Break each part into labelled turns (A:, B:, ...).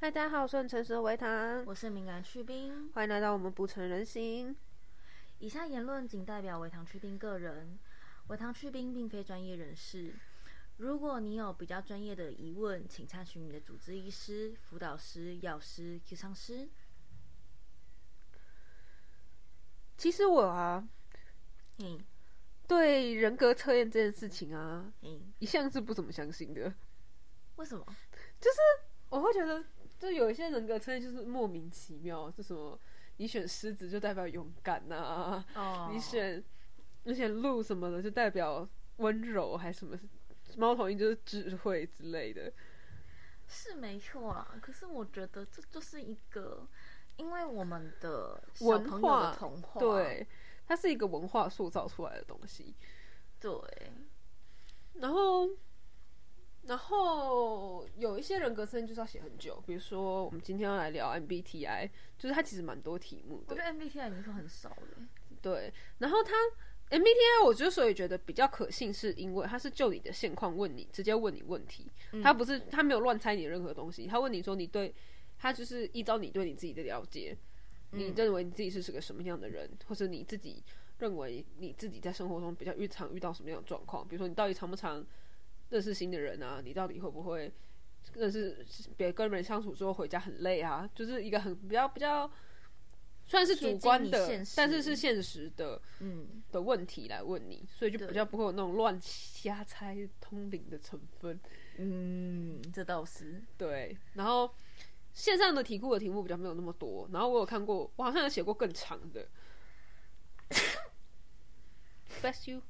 A: 嗨，大家好，我是很诚实的维糖，
B: 我是敏感去冰。
A: 欢迎来到我们不成人形。
B: 以下言论仅代表维糖去冰个人，维糖去冰并非专业人士。如果你有比较专业的疑问，请查询你的主治医师、辅导师、药师、Q 唱师。
A: 其实我啊，
B: 嗯
A: 对人格测验这件事情啊，
B: 嗯，
A: 一向是不怎么相信的。
B: 为什么？
A: 我会觉得，就有一些人格测验就是莫名其妙，就什么你选狮子就代表勇敢呐、
B: 哦
A: 你选你选鹿什么的就代表温柔，还什么猫头鹰就是智慧之类的。
B: 是没错啦，可是我觉得这就是一个，因为我们的小
A: 文
B: 朋友
A: 化
B: 的童话，
A: 对，它是一个文化塑造出来的东西。
B: 对，
A: 然后，然后有一些人格测验就是要写很久，比如说我们今天要来聊 MBTI，就是它其实蛮多题目
B: 我觉
A: 的。
B: 得 MBTI 已经算很少了。
A: 对，然后它 MBTI 我之所以觉得比较可信，是因为它是就你的现况问你，直接问你问题，
B: 嗯
A: 它不是它没有乱猜你任何东西，它问你说你对，它就是依照你对你自己的了解，
B: 嗯
A: 你认为你自己是是个什么样的人，或者你自己认为你自己在生活中比较遇常遇到什么样的状况？比如说你到底常不常认识新的人啊？你到底会不会认识别跟人相处之后回家很累啊？就是一个很比较比较，虽然是主观
B: 贴近你
A: 的
B: 现实，
A: 但是是现实的
B: 嗯，
A: 的问题来问你，所以就
B: 对
A: 比较不会有那种乱瞎猜通灵的成分。
B: 嗯，这倒是。
A: 对，然后线上的题库的题目比较没有那么多，然后我有看过，我好像有写过更长的。Bless you。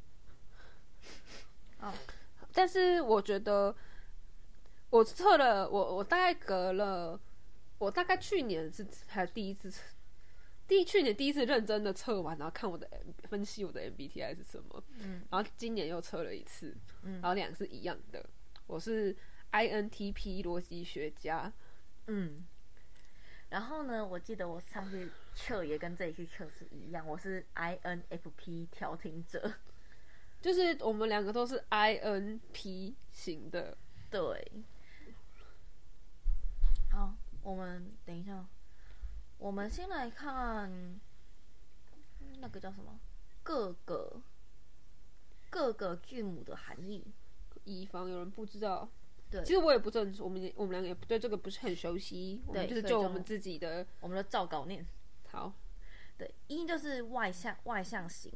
B: 哦，
A: 但是我觉得我测了，我我大概隔了，我大概去年是才第一次测，第去年第一次认真的测完，然后看我的 M- 分析我的 MBTI 是什么，
B: 嗯，
A: 然后今年又测了一次，
B: 嗯
A: 然后两个是一样的，我是 INTP 逻辑学家，
B: 嗯，然后呢，我记得我上次测也跟这一次测是一样，我是 INFP 调停者。
A: 就是我们两个都是 INP 型的，
B: 对，好，我们等一下，我们先来看那个叫什么各个各个字母的含义。
A: 以防有人不知道。
B: 对
A: 其实我也不正，我们也我们两个也对这个不是很熟悉，我们
B: 对
A: 就是
B: 所以
A: 就
B: 就
A: 我们自己的
B: 我们就照稿念。
A: 好。
B: 对，一就是外向外向型，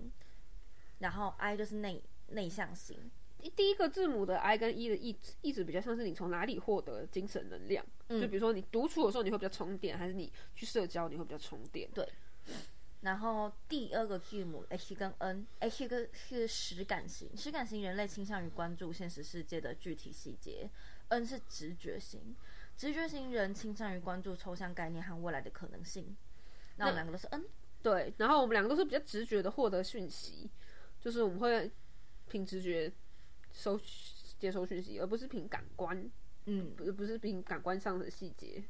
B: 然后 I 就是内内向型。
A: 第一个字母的 I 跟 E 的意意思比较像是你从哪里获得精神能量，就比如说你独处的时候你会比较充电，还是你去社交你会比较充电？
B: 然后第二个字母 H 跟 N，H 跟是实感型，实感型人类倾向于关注现实世界的具体细节，N 是直觉型，直觉型人倾向于关注抽象概念和未来的可能性。那我们两个都是 N，
A: 对，然后我们两个都是比较直觉的获得讯息，就是我们会凭直觉收接收讯息，而不是凭感官，
B: 嗯，
A: 不是不是凭感官上的细节。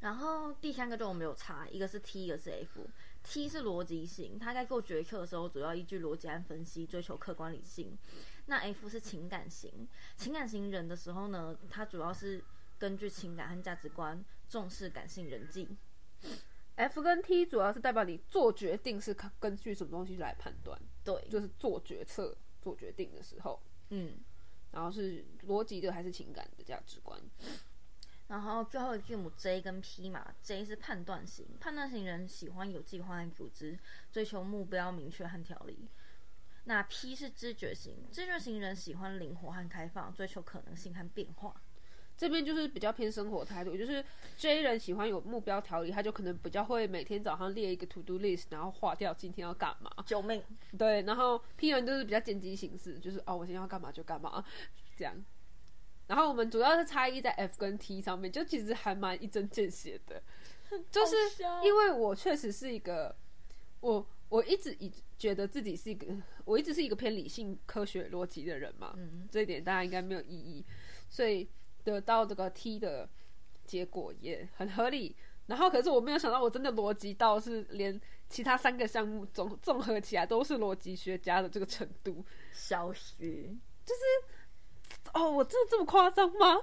B: 然后第三个就我们有差，一个是 T，一个是 F。T 是逻辑型，他在做决策的时候主要依据逻辑和分析，追求客观理性。那 F 是情感型，情感型人的时候呢，他主要是根据情感和价值观，重视感性人际。
A: F 跟 T 主要是代表你做决定是看根据什么东西来判断，
B: 对，
A: 就是做决策、做决定的时候，
B: 嗯。
A: 然后是逻辑的还是情感的价值观。
B: 然后最后一个字母 J 跟 P 嘛，J 是判断型，判断型人喜欢有计划和组织，追求目标明确和条理。那 P 是知觉型，知觉型人喜欢灵活和开放，追求可能性和变化。
A: 这边就是比较偏生活态度，就是 J 人喜欢有目标条理，他就可能比较会每天早上列一个 to do list，然后划掉今天要干嘛。
B: 救命！
A: 对，然后 P 人就是比较见机行事，就是哦，我今天要干嘛就干嘛这样。然后我们主要是差异在 F 跟 T 上面，就其实还蛮一针见血的，就是
B: 好笑
A: 因为我确实是一个，我我一直以觉得自己是一个，我一直是一个偏理性、科学、逻辑的人嘛，
B: 嗯
A: 这一点大家应该没有异议，所以得到这个 T 的结果也很合理。然后可是我没有想到，我真的逻辑到是连其他三个项目综综合起来都是逻辑学家的这个程度。
B: 小学
A: 哦，我真的这么夸张吗？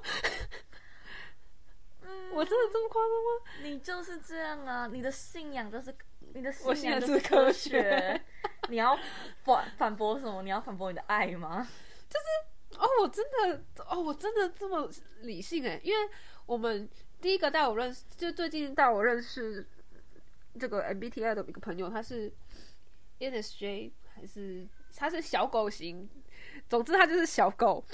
A: 我真的这么夸张吗？
B: 你就是这样啊！你的信仰就是你的
A: 我
B: 信
A: 信仰
B: 仰
A: 就是科
B: 科
A: 学
B: 学。你要反 反驳什么？你要反驳你的爱吗？
A: 哦，我真的，哦，我真的这么理性哎，因为我们第一个带我认识，就最近带我认识这个 MBTI 的一个朋友，他是 NSJ 还是他是小狗型，总之他就是小狗，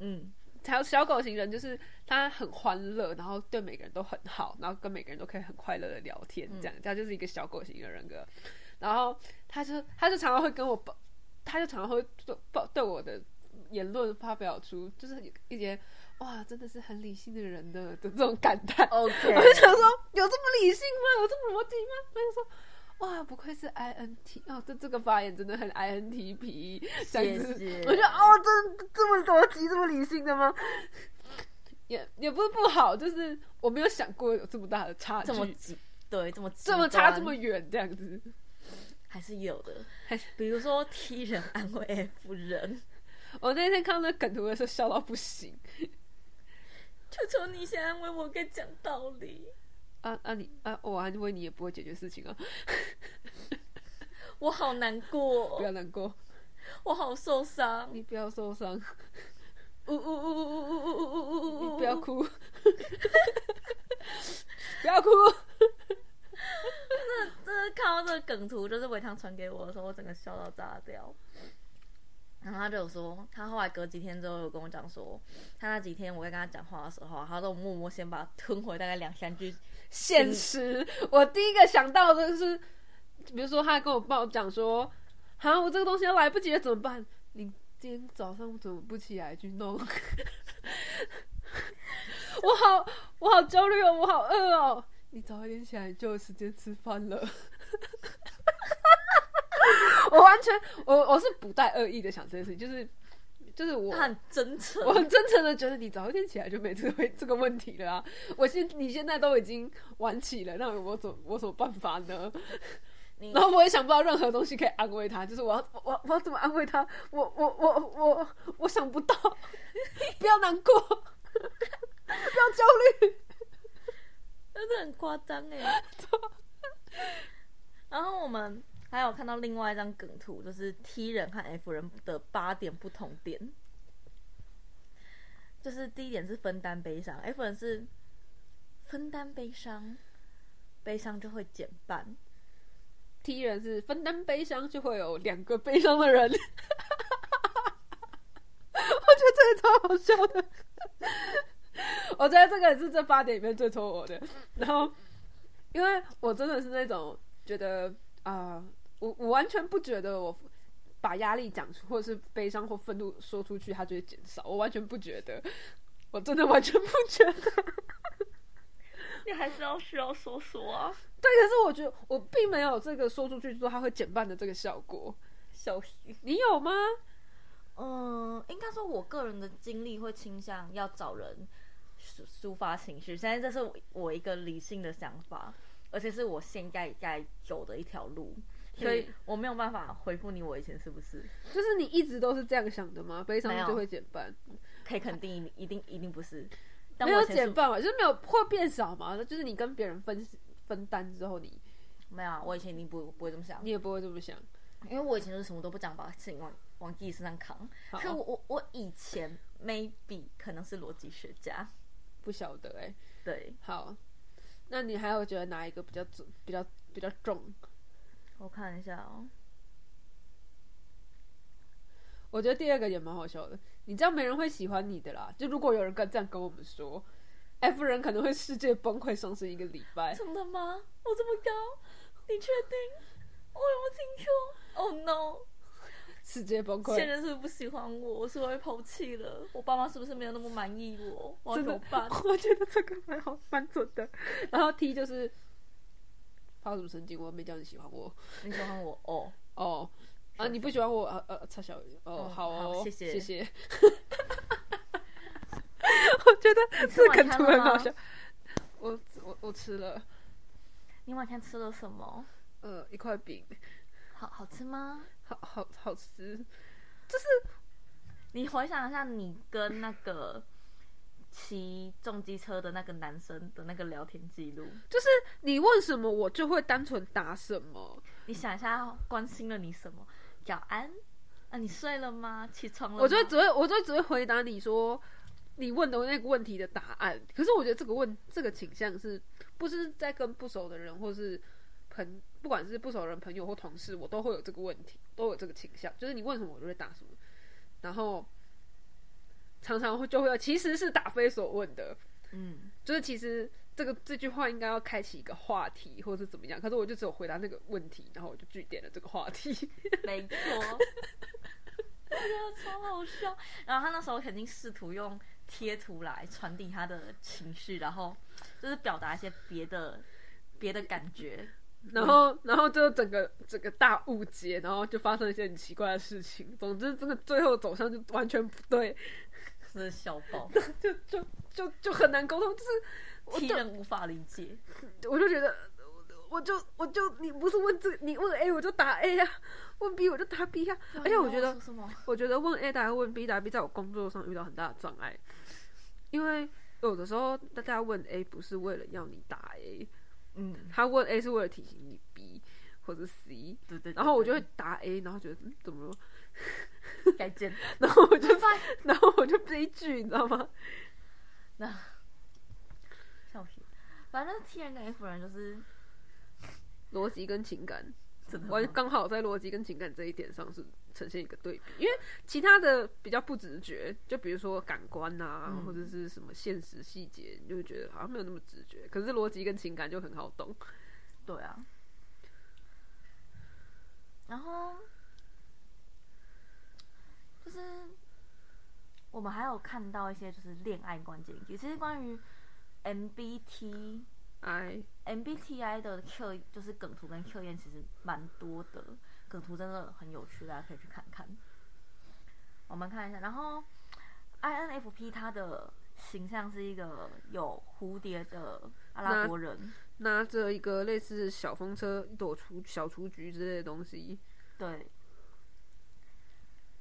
B: 嗯，
A: 还有小狗型人，就是他很欢乐，然后对每个人都很好，然后跟每个人都可以很快乐的聊天，这样，他就是一个小狗型的人格。然后他就他就常常会跟我抱，他就常常会对抱对我的言论发表出就是一些哇，真的是很理性的人的的这种感
B: 哦
A: 叹。
B: OK
A: 我就想说，有这么理性吗？有这么逻辑吗？他就说。哇，不愧是 INT 哦，这这个发言真的很 INTP，这样子，
B: 谢谢
A: 我就哦，这这么逻辑这么理性的吗？也也不是不好，就是我没有想过有这么大的差距，
B: 这么极，对，这么极
A: 这么差
B: 端
A: 这么远这样子。
B: 还是有的
A: 还是。
B: 比如说 T 人安慰 F 人，
A: 我那天看到那梗图的时候笑到不行
B: 求求你先安慰我，跟讲道理。
A: 啊啊你啊我安慰你也不会解决事情啊，
B: 我好难
A: 不
B: 过，
A: 要难过，
B: 我好受伤，
A: 你不要受伤，
B: 呜呜呜呜呜呜呜呜呜
A: 你
B: 呜呜，
A: 不要，哭， 不要哭。
B: 这看到这个梗图，就是维唐传给我的时候，我整个笑到炸掉。然后他就有说，他后来隔几天之后有跟我讲说，他那几天我在跟他讲话的时候，他都默默先把它吞回大概两三句，
A: 现实，我第一个想到的是，比如说他跟我爸讲说，啊，我这个东西要来不及了怎么办？你今天早上怎么不起来去弄？ 我好，我好焦虑哦，我好饿哦。你早一点起来就有时间吃饭了。 我完全，我我是不带恶意的想这件事情，就是就是我
B: 他很真 诚
A: 我。很真诚的觉得你早一点起来就没这个这个问题了啊！我现你现在都已经晚起了，那我怎我有什么办法呢？
B: 你
A: 然后我也想不到任何东西可以安慰他，就是我要我我我要怎么安慰他？我我我我我想不到，不要难过，不要焦虑。
B: 真的很夸张 哎。然后我们还有看到另外一张梗图，就是 T 人和 F 人的八点不同点。就是第一点是分担悲伤，F 人是分担悲伤，悲伤就会减半。
A: T 人是分担悲伤，就会有两个悲伤的人。 我觉得这也超好笑的。我觉得这个也是这八点里面最戳我的。然后，因为我真的是那种觉得啊、呃我我完全不觉得我把压力讲出，或是悲伤或愤怒说出去，它就会减少。我完全不觉得，我真的完全不觉得。
B: 你还是要需要说说啊，
A: 对，可是我觉得我并没有这个说出去之后它会减半的这个效果。
B: 小心。
A: 你有吗？
B: 嗯，应该说我个人的经历会倾向要找人抒抒发情绪，现在这是我我一个理性的想法，而且是我现在该走的一条路，所以
A: 嗯
B: 我没有办法回复你我以前是不是，
A: 就是你一直都是这样想的吗？悲伤
B: 没有
A: 就会减半，
B: 可以肯定一定一定不是，但
A: 没
B: 我
A: 有
B: 以前
A: 减
B: 是
A: 半嘛，就是没有会变少嘛。就是你跟别人分分担之后你，你
B: 没有啊，我以前一定不不会这么想，
A: 也不会这么想。
B: 因为我以前就是什么都不讲，把事情往往自己身上扛，
A: 好
B: 可我我我以前 maybe 可能是逻辑学家，
A: 不晓得哎、
B: 对
A: 好，那你还有觉得哪一个比较重比较比较重？
B: 我看一下哦。
A: 我觉得第二个也蛮好笑的。你这样没人会喜欢你的啦。就如果有人跟这样跟我们说，F 人可能会世界崩溃，丧失一个礼拜。
B: 真的吗？我这么高，你确定？我有听错？Oh no！
A: 世界崩
B: 现
A: 溃，
B: 任是不是不喜欢我？我是不是被抛弃了？我爸妈是不是没有那么满意我？我要
A: 真
B: 怎么
A: 的，
B: 办？
A: 我觉得这个蛮好蛮准的。然后 T 就是发什么神经，我又没叫你喜欢我。
B: 你喜欢我哦？
A: 哦，啊，你不喜欢我，呃呃，蔡小鱼，哦，
B: 嗯
A: 好哦，
B: 好谢谢
A: 谢谢。 我觉得这
B: 晚
A: 梗
B: 餐
A: 图
B: 了
A: 很好
B: 吗
A: 笑。我我我吃了
B: 你晚上吃了什么？
A: 呃一块饼，
B: 好好吃吗？
A: 好好好吃。
B: 你回想一下，你跟那个骑重机车的那个男生的那个聊天记录。
A: 就是你问什么，我就会单纯答什么。
B: 你想一下，他关心了你什么？早安，啊，你睡了吗？起床了吗？
A: 我就会只会，我就会只会回答你说你问的那个问题的答案。可是我觉得这个问这个倾向是，不是在跟不熟的人或是朋，不管是不熟人、朋友或同事，我都会有这个问题，都有这个倾向，就是你问什么我就会答什么，然后常常会就会其实是答非所问的，
B: 嗯，
A: 就是其实。这个这句话应该要开启一个话题，或者是怎么样？可是我就只有回答那个问题，然后我就拒点了这个话题。
B: 没错，我觉得超好笑。然后他那时候肯定试图用贴图来传递他的情绪，然后就是表达一些别的别的感觉。
A: 然后，然后就整个整个大误解，然后就发生一些很奇怪的事情。总之，这个最后走向就完全不对，
B: 真的笑爆，
A: 就就就就很难沟通。就是
B: 替人无法理解。
A: 我就觉得，我就我就你不是问这你问 A 我就答 A 啊，问 B 我就答 B 啊。而且我觉得
B: 说什么？
A: 我觉得问 A 答还问 B 答 B 在我工作上遇到很大的障碍，因为有的时候大家问 A 不是为了要你答 A，
B: 嗯，
A: 他问 A 是为了提醒你 B 或者 C，
B: 对对对
A: 然后我就会答 A，然后觉得、嗯、怎么了？
B: 对改正。
A: 然后我就
B: 拜拜。
A: 然后我就悲剧，你知道吗？
B: 那笑死，反正 T 人跟 F 人就是
A: 逻辑跟情感，
B: 真的
A: 我
B: 吗
A: 刚好在逻辑跟情感这一点上是呈现一个对比，因为其他的比较不直觉，就比如说感官啊，
B: 嗯
A: 或者是什么现实细节，你就会觉得好像没有那么直觉。可是逻辑跟情感就很好懂，
B: 对啊。然后就是我们还有看到一些就是恋爱关键句，其实关于 MBT
A: 哎，
B: MBTI 的测就是梗图跟测验其实蛮多的，梗图真的很有趣，大家可以去看看。我们看一下，然后 INFP 他的形象是一个有蝴蝶的阿拉伯人，
A: 拿着一个类似小风车、一朵雏小雏菊之类的东西，
B: 对。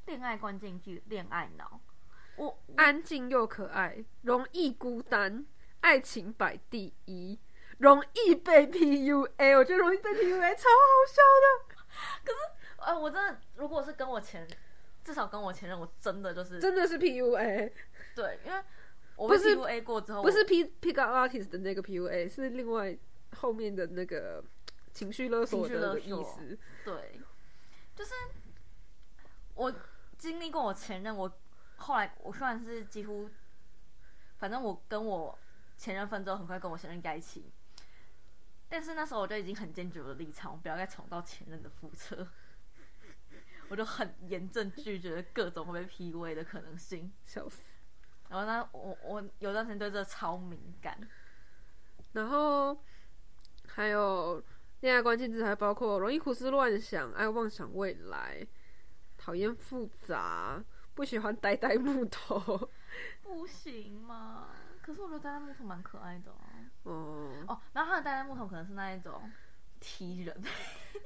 B: 恋爱关键句：恋爱脑。我
A: 安静又可爱，容易孤单，爱情摆第一，容易被 PUA，我觉得容易被 PUA 超好笑的，
B: 哎、我真的，如果是跟我前，至少跟我前任，我真的就是
A: 真的是 PUA，
B: 对，因为我被
A: 不是
B: PUA 过之后，
A: 不是 P Pick Up Artist 的那个 PUA，是另外后面的那个情绪勒索
B: 情绪勒
A: 的
B: 索
A: 意思。
B: 对，就是我经历过我前任，我后来我虽然是几乎，反正我跟我前任分之后，很快跟我前任在一起，但是那时候我就已经很坚决我的立场，我不要再重蹈前任的覆辙， 我就很严正拒绝各种会被 PUA 的可能性。
A: 笑死。
B: 然后呢，我我有段时间对这超敏感，
A: 然后还有恋爱关键字，还包括容易胡思乱想，爱妄想未来，讨厌复杂，不喜欢呆呆木头。
B: 不行嘛？可是我觉得呆呆木头蛮可爱的、哦。
A: 哦、
B: 哦，然后他的呆呆木头可能是那一种 T 人，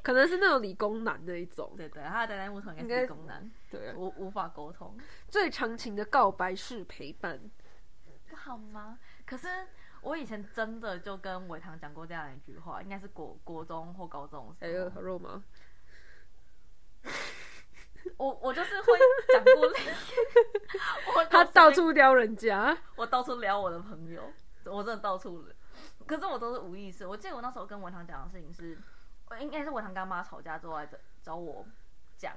A: 可能是那种理工男那一种。
B: 对对，他的呆呆木头应
A: 应
B: 该
A: 该
B: 是公男，
A: 对啊，
B: 无无法沟通，
A: 最长情的告白是陪伴。
B: 不好吗？可是我以前真的就跟伟棠讲过这样的一句话，应该是国国中或高中
A: 哎
B: 的时
A: 呦，
B: 候，
A: 好肉麻！
B: 我我就是会讲过类 似，我
A: 他
B: 我
A: 到处撩人家，
B: 我到处撩我的朋友，我真的到处撩，可是我都是无意识。我记得我那时候跟文堂讲的事情是，我应该是文堂跟他妈吵架之后来找找我讲，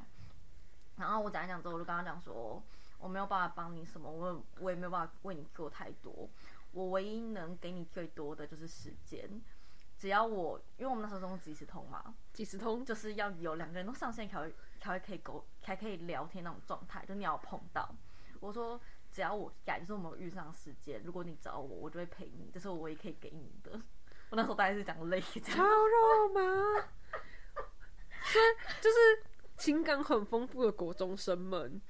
B: 然后我讲一讲之后，我就跟他讲说，我没有办法帮你什么，我也我也没有办法为你做太多，我唯一能给你最多的就是时间。只要我，因为我们那时候是用即时通嘛，
A: 几十通。
B: 就是要有两个人都上线才会才会可以沟才可以聊天那种状态，就你要有碰到。我说只要我改，就是我们有遇上时间，如果你找我，我就会陪你，这是我唯一可以给你的。 我那时候大概是讲累这
A: 超
B: 样，
A: 肉麻， 所以就是情感很丰富的国中生们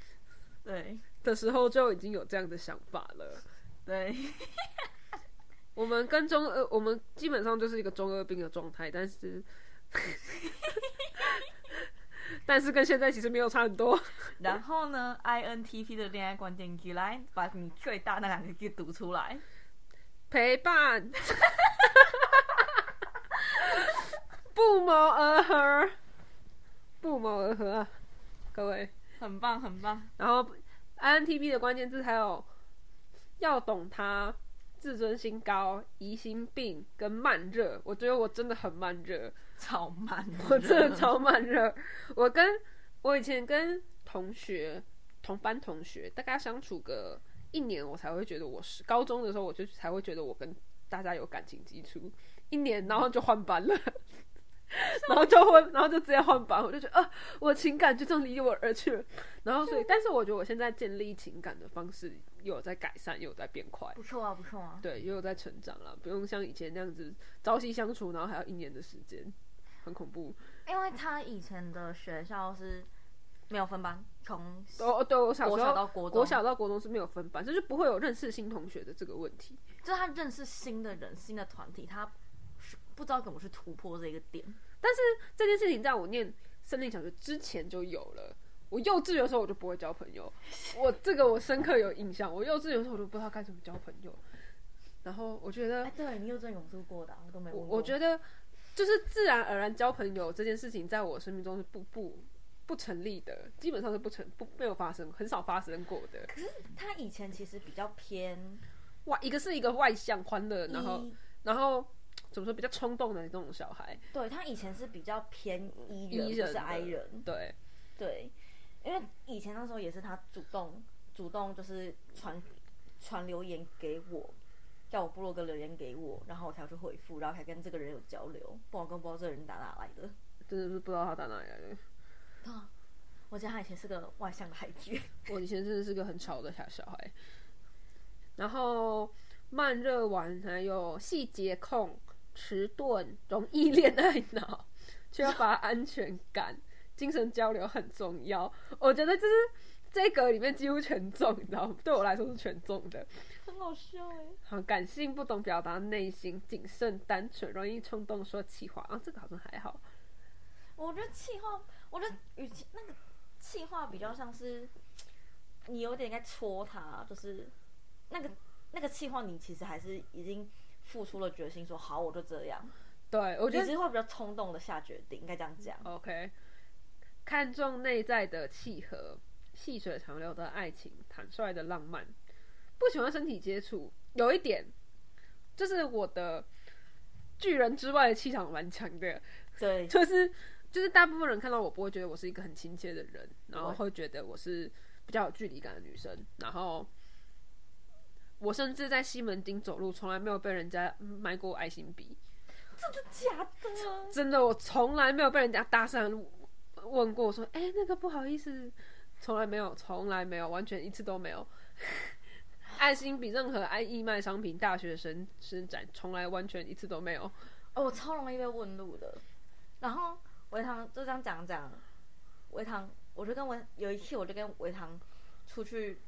B: 对
A: 的时候就已经有这样的想法了。
B: 对，
A: 我们跟中二，我们基本上就是一个中二病的状态，但是 但是跟现在其实没有差很多。
B: 然后呢，INTP 的恋爱关键句来把你最大那两个字读出来。
A: 陪伴，不谋而合，不谋而合啊，各位。
B: 很棒，很棒。
A: 然后 INTP 的关键字还有要懂他，自尊心高、疑心病跟慢热。我觉得我真的很慢热，
B: 超慢，
A: 我真的超慢热。我跟我以前跟同学同班同学，大概相处个一年，我才会觉得我是高中的时候，我就才会觉得我跟大家有感情基础。一年，然后就换班了。 然后就换，然后就直接换班，我就觉得啊，我情感就这样离我而去了。然后所以，但是我觉得我现在建立情感的方式又有在改善，又有在变快，
B: 不错啊，不错啊。
A: 对，又有在成长了，不用像以前那样子朝夕相处，然后还要一年的时间，很恐怖。
B: 因为他以前的学校是没有分班，从
A: 哦，对我小时候
B: 国小到国中
A: 国小到国中是没有分班，就是不会有认识新同学的这个问题。
B: 就是他认识新的人、新的团体，他是不知道怎么去突破这个点。
A: 但是这件事情在我念森林小学之前就有了。我幼稚园的时候我就不会交朋友，我这个我深刻有印象。我幼稚园的时候我就不知道该怎么交朋友，然后我觉得
B: 哎，对你幼稚园有住过的啊、我都没
A: 我
B: 问过。
A: 我觉得就是自然而然交朋友这件事情，在我生命中是不不不成立的，基本上是不成不没有发生，很少发生过的。
B: 可是他以前其实比较偏，E，
A: 哇，一个是一个外向欢乐，然后
B: 一
A: 然后怎么说比较冲动的那种小孩，
B: 对他以前是比较偏 E 人，
A: E
B: 不
A: 人
B: 是
A: 的
B: I 人。
A: 对，
B: 对，因为以前那时候也是他主动主动就是传传留言给我，叫我部落格留言给我，然后我才有去回复，然后才跟这个人有交流，不然我根本不知道这个人打哪来 的。
A: 真的是不知道他打哪里来的。
B: 啊，我觉得他以前是个外向的海军，
A: 我以前真的是个很吵的小小孩，然后慢热完，还有细节控、迟钝、容易恋爱脑、缺乏安全感、精神交流很重要。我觉得就是这个里面几乎全中，你知道吗？对我来说是全中的。
B: 很好笑哎。
A: 好，感性不懂表达内心，谨慎单纯，容易冲动说气话啊，这个好像还好。
B: 我觉得气话，我觉得与其那个气话比较像是你有点在戳他，就是那个那个气话，你其实还是已经付出了决心说好我就这样，
A: 对我
B: 我
A: 觉得
B: 只是会比较冲动的下决定，应该这样讲。
A: OK，看重内在的契合，细水长流的爱情，坦率的浪漫，不喜欢身体接触。有一点，就是我的巨人之外的气场蛮强的，
B: 对，
A: 就是就是大部分人看到我不会觉得我是一个很亲切的人，然后
B: 对
A: 会觉得我是比较有距离感的女生，然后。我甚至在西门町走路，从来没有被人家卖过爱心笔。
B: 真的假的？啊
A: 真的，我从来没有被人家搭讪问过说，哎、那个不好意思，从来没有，从来没有，完全一次都没有。 爱心比任何爱义卖商品大学生伸展，从来完全一次都没有。
B: 哦，我超容易被问路的。然后维唐就这样讲讲，维唐，我就跟维有一次我就跟维唐出去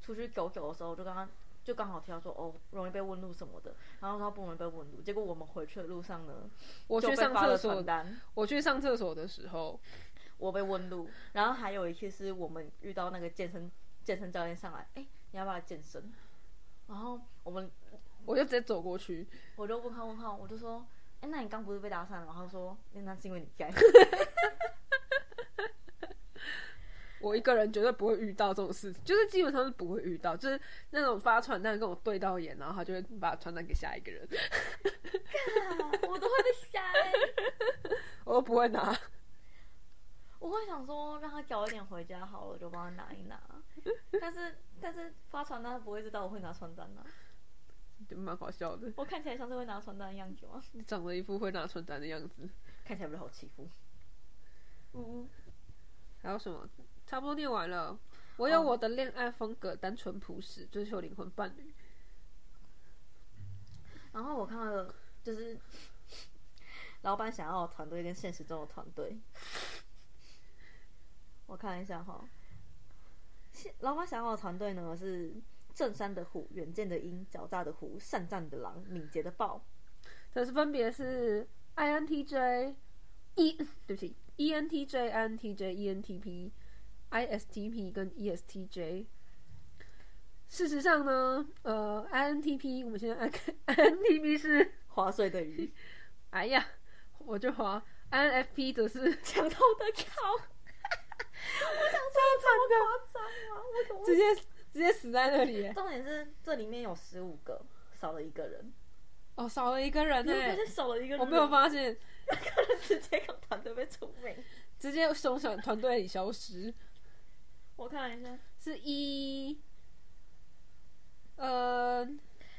B: 出去走走的时候，我就刚刚就刚好提到说哦容易被问路什么的，然后他说不容易被问路，结果我们回去的路上呢，
A: 我
B: 就
A: 去
B: 被
A: 上
B: 发
A: 厕
B: 了
A: 所
B: 传，单，
A: 我去上厕所的时候，
B: 我被问路，然后还有一次是我们遇到那个健身健身教练上来，哎你要不要来健身？然后我们
A: 我就直接走过去，
B: 我就问他问号，我就说，哎、那你刚不是被搭讪了吗？他说，那那是因为你该。
A: 我一个人绝对不会遇到这种事情，就是基本上是不会遇到，就是那种发传单跟我对到眼，然后他就会把传单给下一个人，
B: 我都会被吓、欸，
A: 我都不会拿。
B: 我会想说让他早一点回家好了，我就帮他拿一拿。但是但是发传单他不会知道我会拿传单啊，
A: 就蛮好笑的，
B: 我看起来像是会拿传单的样子吗？
A: 长得一副会拿传单的样子。
B: 看起来比较好欺负。嗯，
A: 还有什么？差不多念完了。我有我的恋爱风格，单纯朴实，追求灵魂伴侣。
B: 然后我看到了就是老板想要的团队跟现实中的团队，我看一下哈，现老板想要的团队呢是正山的虎、远见的鹰、狡诈的狐、善战的狼、敏捷的豹。
A: 这是分别是 INTJ E，对不起 ENTJ、INTJ、ENTP、ISTP 跟 E ESTJ。事实上呢，呃，INTP 我们现在 INTP 是，
B: 划水的 鱼，
A: 哎呀，我就滑 INFP 则是
B: 墙头的靠，
A: 超
B: 夸张啊！我怎么
A: 惨的，直接直接死在那里耶。
B: 重点是这里面有十五个，少了一个人，
A: 哦，少了一个人
B: 你有发
A: 哎
B: 现，少了一个人？
A: 我没有，发现，
B: 直接让团队被除名。
A: 直接从小团队里消失。
B: 我看一下
A: 是一，呃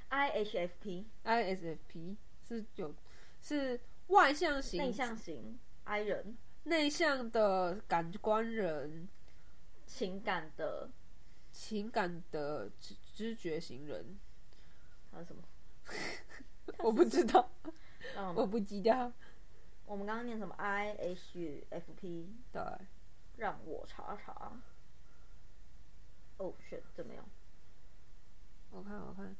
B: ，IHFP
A: ，ISFP 是有是外向型
B: 内向型 I 人，
A: 内向的感官人，
B: 情感的
A: 情感的知知觉型人，
B: 还有什么？
A: 我不知道，
B: 让
A: 我
B: 我们
A: 不知道，
B: 我们刚刚念什么？IHFP，
A: 对，
B: 让我查查。哦，选这没有
A: 我看我看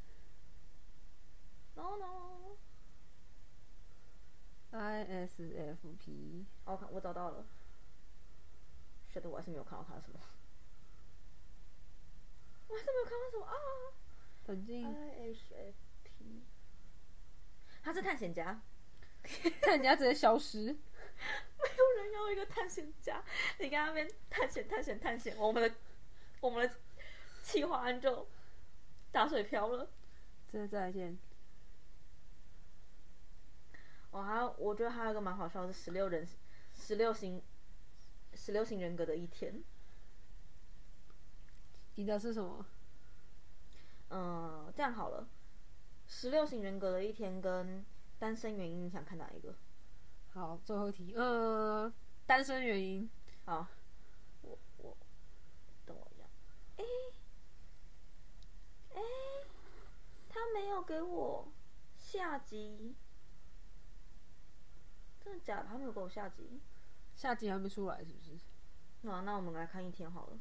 B: ？No No，
A: ，ISFP
B: 哦，我看我找到了。选的我还是没有看到他什么，我还是没有看到什么啊。
A: 冷静，
B: IHFP，他是探险家，
A: 看人家直接消失，
B: 没有人要一个探险家。你跟他们探险、探险、探险，我们的我们的企划案就打水漂了。
A: 真的再见，
B: 哦，还有我觉得还有一个蛮好笑的，十六人、十六型、十六型人格的一天。
A: 你的是什么？
B: 嗯，这样好了，十六型人格的一天跟单身原因，你想看哪一个？
A: 好，最后一题，呃，单身原因，
B: 好，我我等我一下。哎、哎、他没有给我下集，真的假的？他没有给我下集。
A: 下集还没出来是不是？
B: 那、那我们来看一天好了。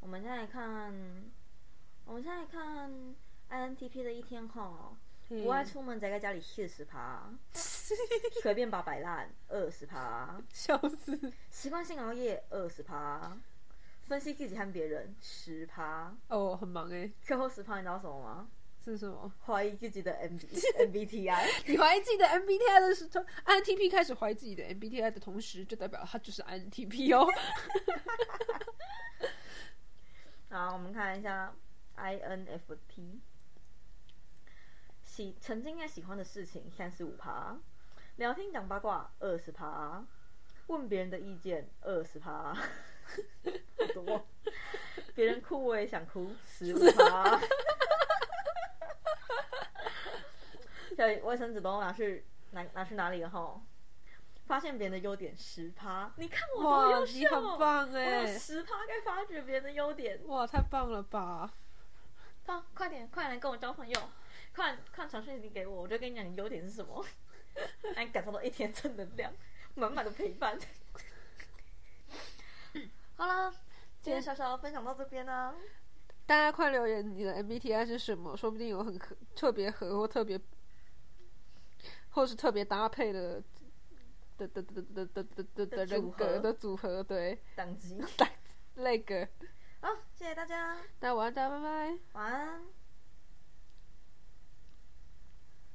B: 我们现在看，我们现在看 INTP 的一天哦哈，
A: 嘿
B: 不爱出门，宅在家里四十趴，随便把摆烂二十趴。
A: 笑死！
B: 习惯性熬夜二十趴，分析自己和别人十趴，
A: 哦，很忙哎，
B: 最后十趴你知道什么吗？
A: 是什么？
B: 怀疑自己的 M B M B T I，
A: 你怀疑自己的 MBTI 的时候，INTP 开始怀疑自己的 MBTI 的同时，就代表他就是 INTP 哦。
B: 好，我们看一下 I N F P，喜曾经在喜欢的事情三十五趴，聊天讲八卦二十趴，问别人的意见二十趴，好多，别人哭我也想哭十五趴，小卫生纸帮我拿去拿拿去哪里了吼？发现别人的优点十趴，你看我多
A: 哇，
B: 优秀，
A: 你很棒
B: 我有
A: 哎！
B: 十趴该发掘别人的优点。
A: 哇，太棒了吧！
B: 啊，快点，快来跟我交朋友，快快传讯息给我，我就跟你讲你优点是什么， 来感受到一天正能量，满满的陪伴。好啦，嗯今天小小分享到这边啦、
A: 大家快留言你的 MBTI 是什么，说不定有很合、特别合或特别，或是特别搭配的的的的的的的的的
B: 的组
A: 人格
B: 合
A: 的组合，对，
B: 当机。
A: 那个。
B: 好，谢谢大家，
A: 那晚安，大家拜拜。
B: 晚安。